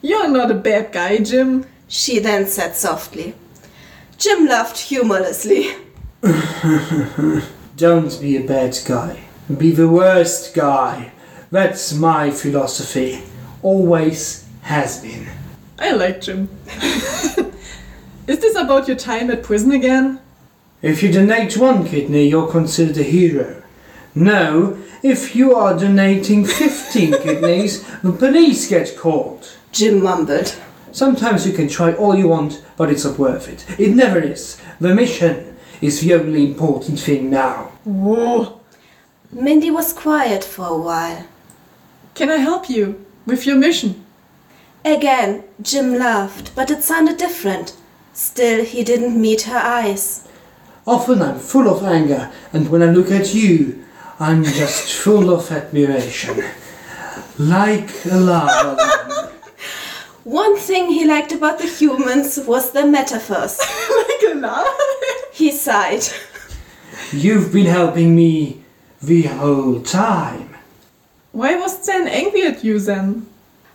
A: You're not a bad guy, Jim.
B: She then said softly. Jim laughed humorlessly.
C: Don't be a bad guy. Be the worst guy. That's my philosophy. Always has been.
A: I like Jim. Is this about your time at prison again?
C: If you donate one kidney, you're considered a hero. No, if you are donating 15 kidneys, the police get called.
B: Jim mumbled.
C: Sometimes you can try all you want, but it's not worth it. It never is. The mission is the only important thing now.
A: Whoa.
B: Mindy was quiet for a while.
A: Can I help you with your mission?
B: Again, Jim laughed, but it sounded different. Still, he didn't meet her eyes.
C: Often I'm full of anger, and when I look at you, I'm just full of admiration. Like a lava lamp.
B: One thing he liked about the humans was their metaphors.
A: like a lava lamp.
B: He sighed.
C: You've been helping me the whole time.
A: Why was Zen angry at you then?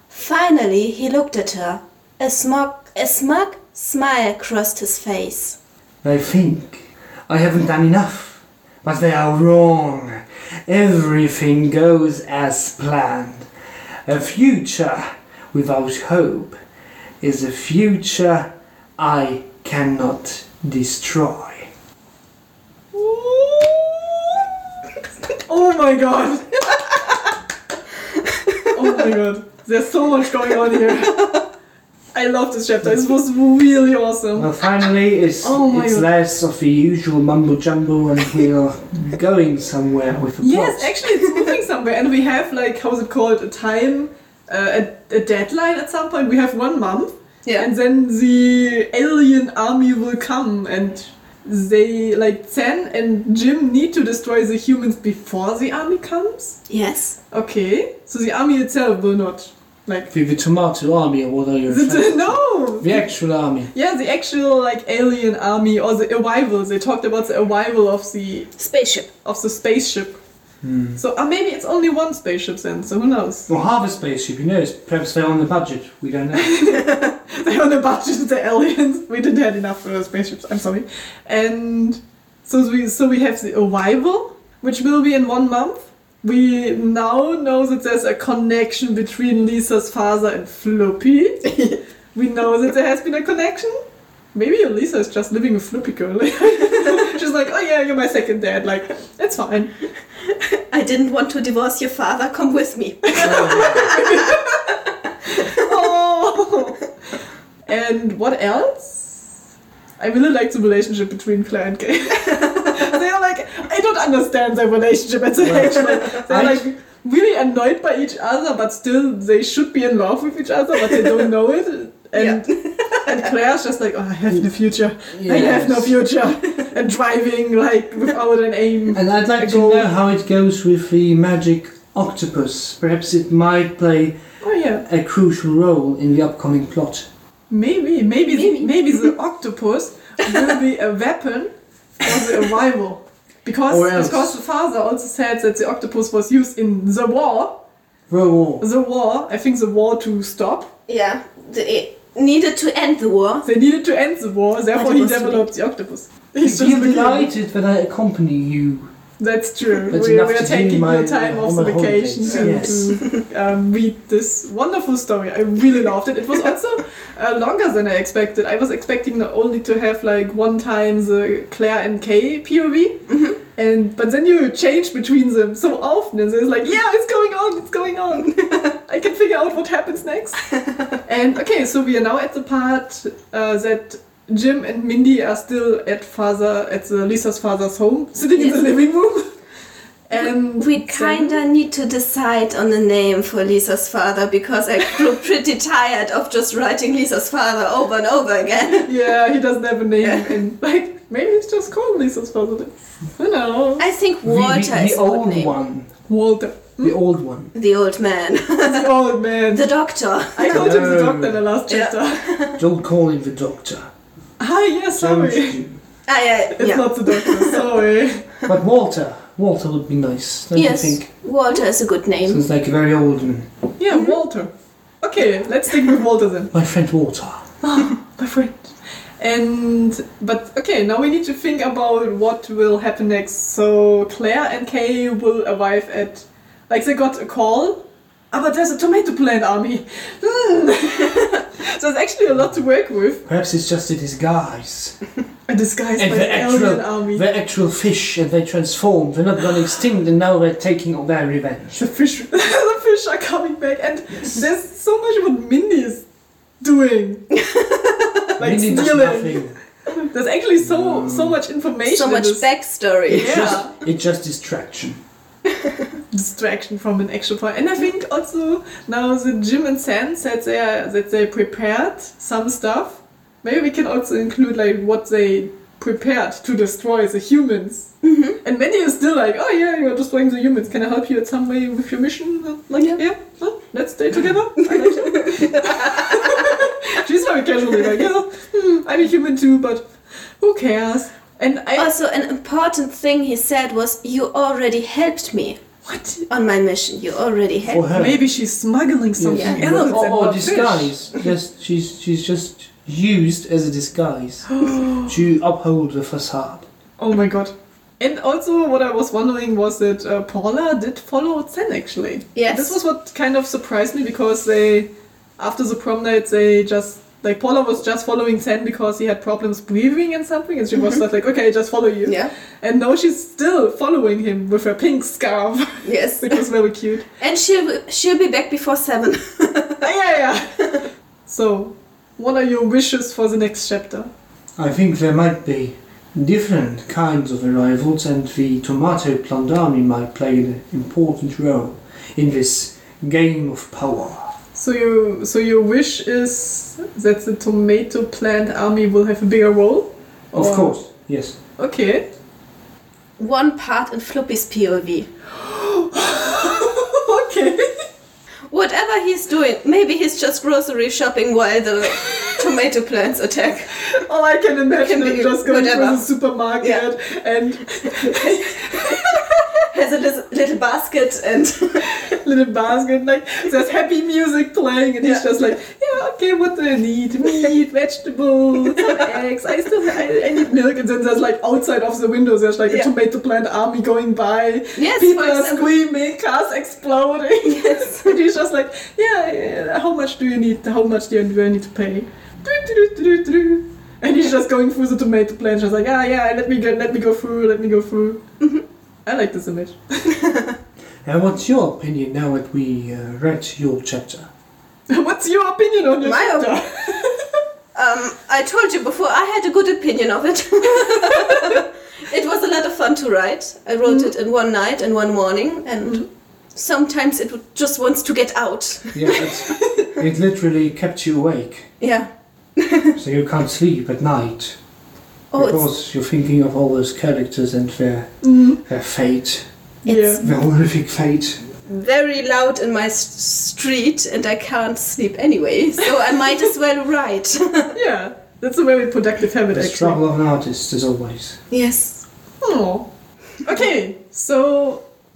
B: Finally, he looked at her. A smug, a smug smile crossed his face.
C: They think I haven't done enough, but they are wrong. Everything goes as planned. A future without hope is a future I cannot destroy.
A: Oh my god! oh my god. There's so much going on here. I love this chapter. It was really awesome.
C: Well, finally, it's,
A: Oh my
C: it's
A: God.
C: less of the usual mumbo jumbo, and we are going somewhere with the
A: Yes,
C: plot.
A: actually, it's moving somewhere, and we have like how's it called a time, uh, a, a deadline at some point. We have one month, and then the alien army will come and they like Zen and Jim need to destroy the humans before the army comes.
B: Yes.
A: Okay, so the army itself will not like
C: The, the tomato army, or what are you? referring to?
A: no.
C: The actual army.
A: Yeah, the actual like alien army or the arrival. They talked about the arrival of the
B: Spaceship.
A: of the spaceship. So uh, maybe it's only one spaceship then. So who knows?
C: Or half a spaceship, who knows? Perhaps they're on the budget, we don't know.
A: They're on a budget. The aliens. We didn't have enough uh, spaceships. I'm sorry. And so we so we have the arrival, which will be in one month. We now know that there's a connection between Lisa's father and Floppy. we know that there has been a connection. Maybe Lisa is just living with Floppy girl. She's like, oh yeah, you're my second dad. Like, it's fine.
B: I didn't want to divorce your father. Come with me.
A: oh. And what else? I really like the relationship between Claire and Kay. They're like, I don't understand their relationship at the
C: Well,
A: age. Like, they're
C: I-
A: like really annoyed by each other, but still they should be in love with each other, but they don't know it. And and Claire's just like, oh, I have no future. I have no
C: Yes.
A: future. and driving like without an aim.
C: And I'd like to
A: Go-
C: know how it goes with the magic octopus. Perhaps it might play
A: Oh yeah,
C: a crucial role in the upcoming plot.
A: maybe, maybe, maybe,
B: Maybe.
A: the octopus will be a weapon for the arrival. Because,
C: Or else.
A: because the father also said that the octopus was used in the war,
C: Roll.
A: the war, I think the war to stop.
B: Yeah, the, it needed to end the war.
A: They needed to end the war, therefore
B: But it
A: he
B: was too
A: developed the octopus. He's just
C: You're
A: looking-
C: delighted that I accompany you.
A: That's true.
C: That's
A: we,
C: enough
A: we
C: to
A: are
C: do
A: taking
C: my,
A: your time
C: uh,
A: off
C: on
A: the
C: my
A: vacation
C: holidays.
A: to,
C: Yes.
A: to um, read this wonderful story. I really loved it. It was also uh, longer than I expected. I was expecting not only to have like one time the Claire and Kay POV, and but then you change between them so often, and it's like, yeah, it's going on, it's going on. I can figure out what happens next. and okay, so we are now at the part uh, that. Jim and Mindy are still at father at the Lisa's father's home, sitting in
B: Yes.
A: the living room. And
B: We kinda need to decide on a name for Lisa's father because I grew pretty tired of just writing Lisa's father over and over again.
A: yeah, he doesn't have a name,
B: Yeah.
A: and like maybe it's just called Lisa's father. You know,
B: I think
C: The-
B: Walter
C: the, the,
B: is Hmm? a good
C: old
B: name.
C: one.
A: Walter,
C: The old one.
B: The old man.
A: the old man.
B: the doctor.
A: I called him the
C: No.
A: doctor in the last
B: Yeah.
A: chapter.
C: Don't call him the doctor.
A: ah, yeah,
C: Don't
A: sorry,
C: you.
B: I, uh,
A: it's
B: yeah.
A: not the doctor. Sorry.
C: But Walter. Walter would be nice, don't
B: Yes,
C: you think?
B: Walter is a good name.
C: Sounds like a very old one.
A: Yeah, Walter. Okay, let's stick with Walter then.
C: My friend Walter.
A: my friend. And but okay, now we need to think about what will happen next. So Claire and Kay will arrive at, like they got a call. Ah, but there's a tomato plant army. Hmm. so there's actually a lot to work with.
C: Perhaps it's just a disguise.
A: A disguise
C: And
A: by
C: the
A: the alien
C: actual,
A: army.
C: the actual fish, and they transform. They're not gone extinct, and now they're taking their revenge.
A: the fish, the fish are coming back, and there's so much what Mindy is doing. like
C: Mindy does
A: stealing.
C: nothing.
A: There's actually so so much information.
B: So
A: in
B: much
A: this
B: backstory.
C: It's
A: Yeah.
C: just it's just distraction.
A: distraction from an actual point. And I think also now the Jim and Sam said they are, that they prepared some stuff. Maybe we can also include like what they prepared to destroy the humans.
B: Mm-hmm.
A: And many is still like, oh yeah, you're destroying the humans. Can I help you in some way with your mission? Like yeah, huh? let's stay together. I like you." She's very casually like, yeah, hmm, I'm a human too, but who cares? And I
B: Also, an important thing he said was, You already helped me
A: what
B: on my mission. You already
C: For
B: helped
C: her.
A: Maybe she's smuggling something
B: Yeah.
A: else.
C: or,
A: and
C: or
A: not
C: disguise. Just she's she's just used as a disguise to uphold the facade.
A: fish. Oh my god. And also, what I was wondering was that uh, Paula did follow Zen actually.
B: Yes.
A: This was what kind of surprised me because they, after the prom night, they just. Like Paula was just following Zen because he had problems breathing and something, and she was just like, "Okay, just follow you."
B: Mm-hmm. Yeah.
A: And now she's still following him with her pink scarf,
B: Yes.
A: which was very cute.
B: And she'll, she'll be back before seven.
A: Ah, yeah, yeah. so, what are your wishes for the next chapter?
C: I think there might be different kinds of arrivals, and the tomato plant army might play an important role in this game of power.
A: So you, so your wish is that the tomato plant army will have a bigger role.
C: Of
A: Or-
C: course, yes.
A: Okay.
B: One part in Floppy's POV.
A: okay.
B: Whatever he's doing, maybe he's just grocery shopping while the tomato plants attack.
A: All I can imagine
B: Can
A: is
B: be
A: just going to
B: whatever.
A: the supermarket and
B: Has a little, little basket and
A: little basket like there's happy music playing and he's
B: Yeah.
A: just like yeah okay what do I need meat vegetables some eggs I still I, I need milk and then there's like outside of the window there's like a
B: Yeah.
A: tomato plant army going by
B: Yes,
A: people
B: for
A: are
B: example.
A: screaming cars exploding
B: Yes.
A: and he's just like yeah, yeah how much do you need how much do you do I need to pay Do-do-do-do-do-do. and he's just going through the tomato plant just like ah yeah let me go let me go through let me go through
B: Mm-hmm.
A: I like this image
C: And Uh, what's your opinion now that we uh, read your chapter?
A: What's your opinion on your
B: My op-
A: chapter?
B: um, I told you before I had a good opinion of it. It was a lot of fun to write. I wrote it in one night and one morning, and sometimes it would- just wants to get out.
C: Yeah, it, it literally kept you awake,
B: Yeah.
C: so you can't sleep at night
B: Oh, it's,
C: because you're thinking of all those characters and their
A: Mm.
C: their fate,
B: it's
C: their horrific fate.
B: very loud in my s- street, and I can't sleep anyway, so I might as well write.
A: yeah. yeah. That's a very productive habit,
C: The
A: actually.
C: struggle of an artist, as always.
B: yes.
A: Oh. Okay, so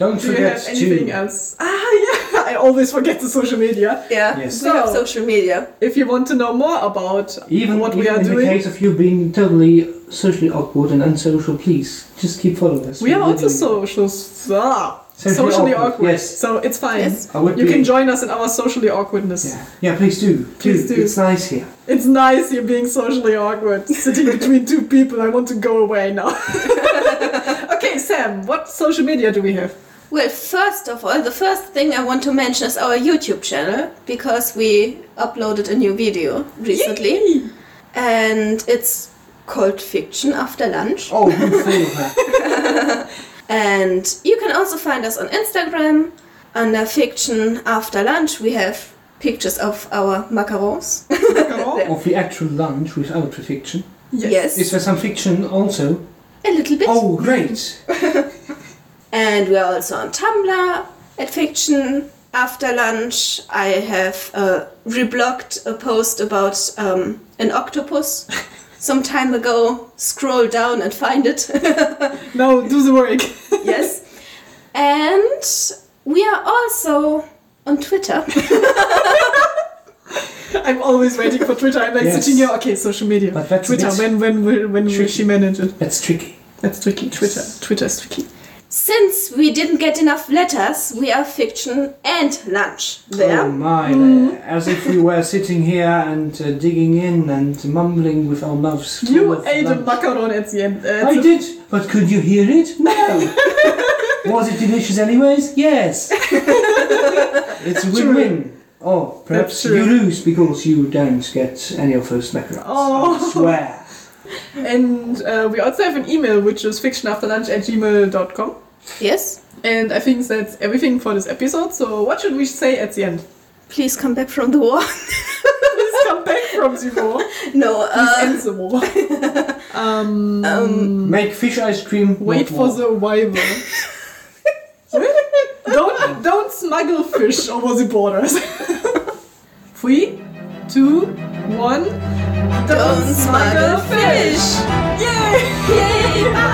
C: Don't
A: do you
C: forget
A: have anything
C: to.
A: else? Ah, yeah, I always forget the social media.
B: Yeah.
C: Yes.
B: We have
A: So-
B: social media.
A: If you want to know more about
C: Even,
A: what we
C: even
A: are
C: in the
A: doing,
C: case of you being totally socially awkward and unsocial, please just keep following us.
A: we are also
C: really-
A: social, ah,
C: Socially
A: socially
C: awkward,
A: awkward.
C: yes.
A: So it's fine.
B: Yes.
C: I would
A: You
C: be-
A: can join us in our socially awkwardness.
C: Yeah, yeah please do.
A: Please do.
C: It's nice here.
A: It's nice you're being socially awkward, sitting between two people. I want to go away now. okay, Sam, what social media do we have?
B: Well, first of all, the first thing I want to mention is our YouTube channel because we uploaded a new video recently,
A: Yay!
B: and it's called Fiction After Lunch.
C: Oh, you fool of her.
B: And you can also find us on Instagram under Fiction After Lunch. We have pictures of our macarons.
A: Macaron?
C: Of the actual lunch without the fiction.
B: Yes,
C: Is there some fiction also?
B: a little bit.
C: Oh, great!
B: And we are also on Tumblr at Fiction After Lunch. I have uh, reblogged a post about um, an octopus some time ago. Scroll down and find it.
A: No, do the work.
B: yes. And we are also on Twitter.
A: I'm always waiting for Twitter. I'm like
C: Yes.
A: sitting here. Okay, social media.
C: But that's a
A: Twitter.
C: bit
A: When when will when will
C: tricky.
A: she manage it?
C: That's tricky.
A: That's tricky. Twitter. Twitter is tricky.
B: Since we didn't get enough letters, we are Fiction and Lunch
C: Oh
B: there.
C: my,
A: Mm.
C: as if we were sitting here and uh, digging in and mumbling with our mouths. full
A: You
C: of
A: ate a
C: lunch.
A: macaron at the end. Uh,
C: I
A: so-
C: did, but could you hear it? No! Was it delicious, anyways? Yes! it's a win win. Oh,
A: That's
C: perhaps
A: true.
C: you lose because you don't get any of those macarons.
A: Oh.
C: I swear.
A: And uh, we also have an email which is fictionafterlunch at gmail.com.
B: Yes.
A: And I think that's everything for this episode. So what should we say at the end?
B: Please come back from the war.
A: Please come back from the war. Please
B: no. Uh,
A: end the war. Um,
C: Make fish ice cream.
A: wait
C: not
A: for
C: war.
A: the arrival. don't don't smuggle fish over the borders. Three, two, one.
B: don't smuggle fish.
A: Yay!
B: Yay! Bye.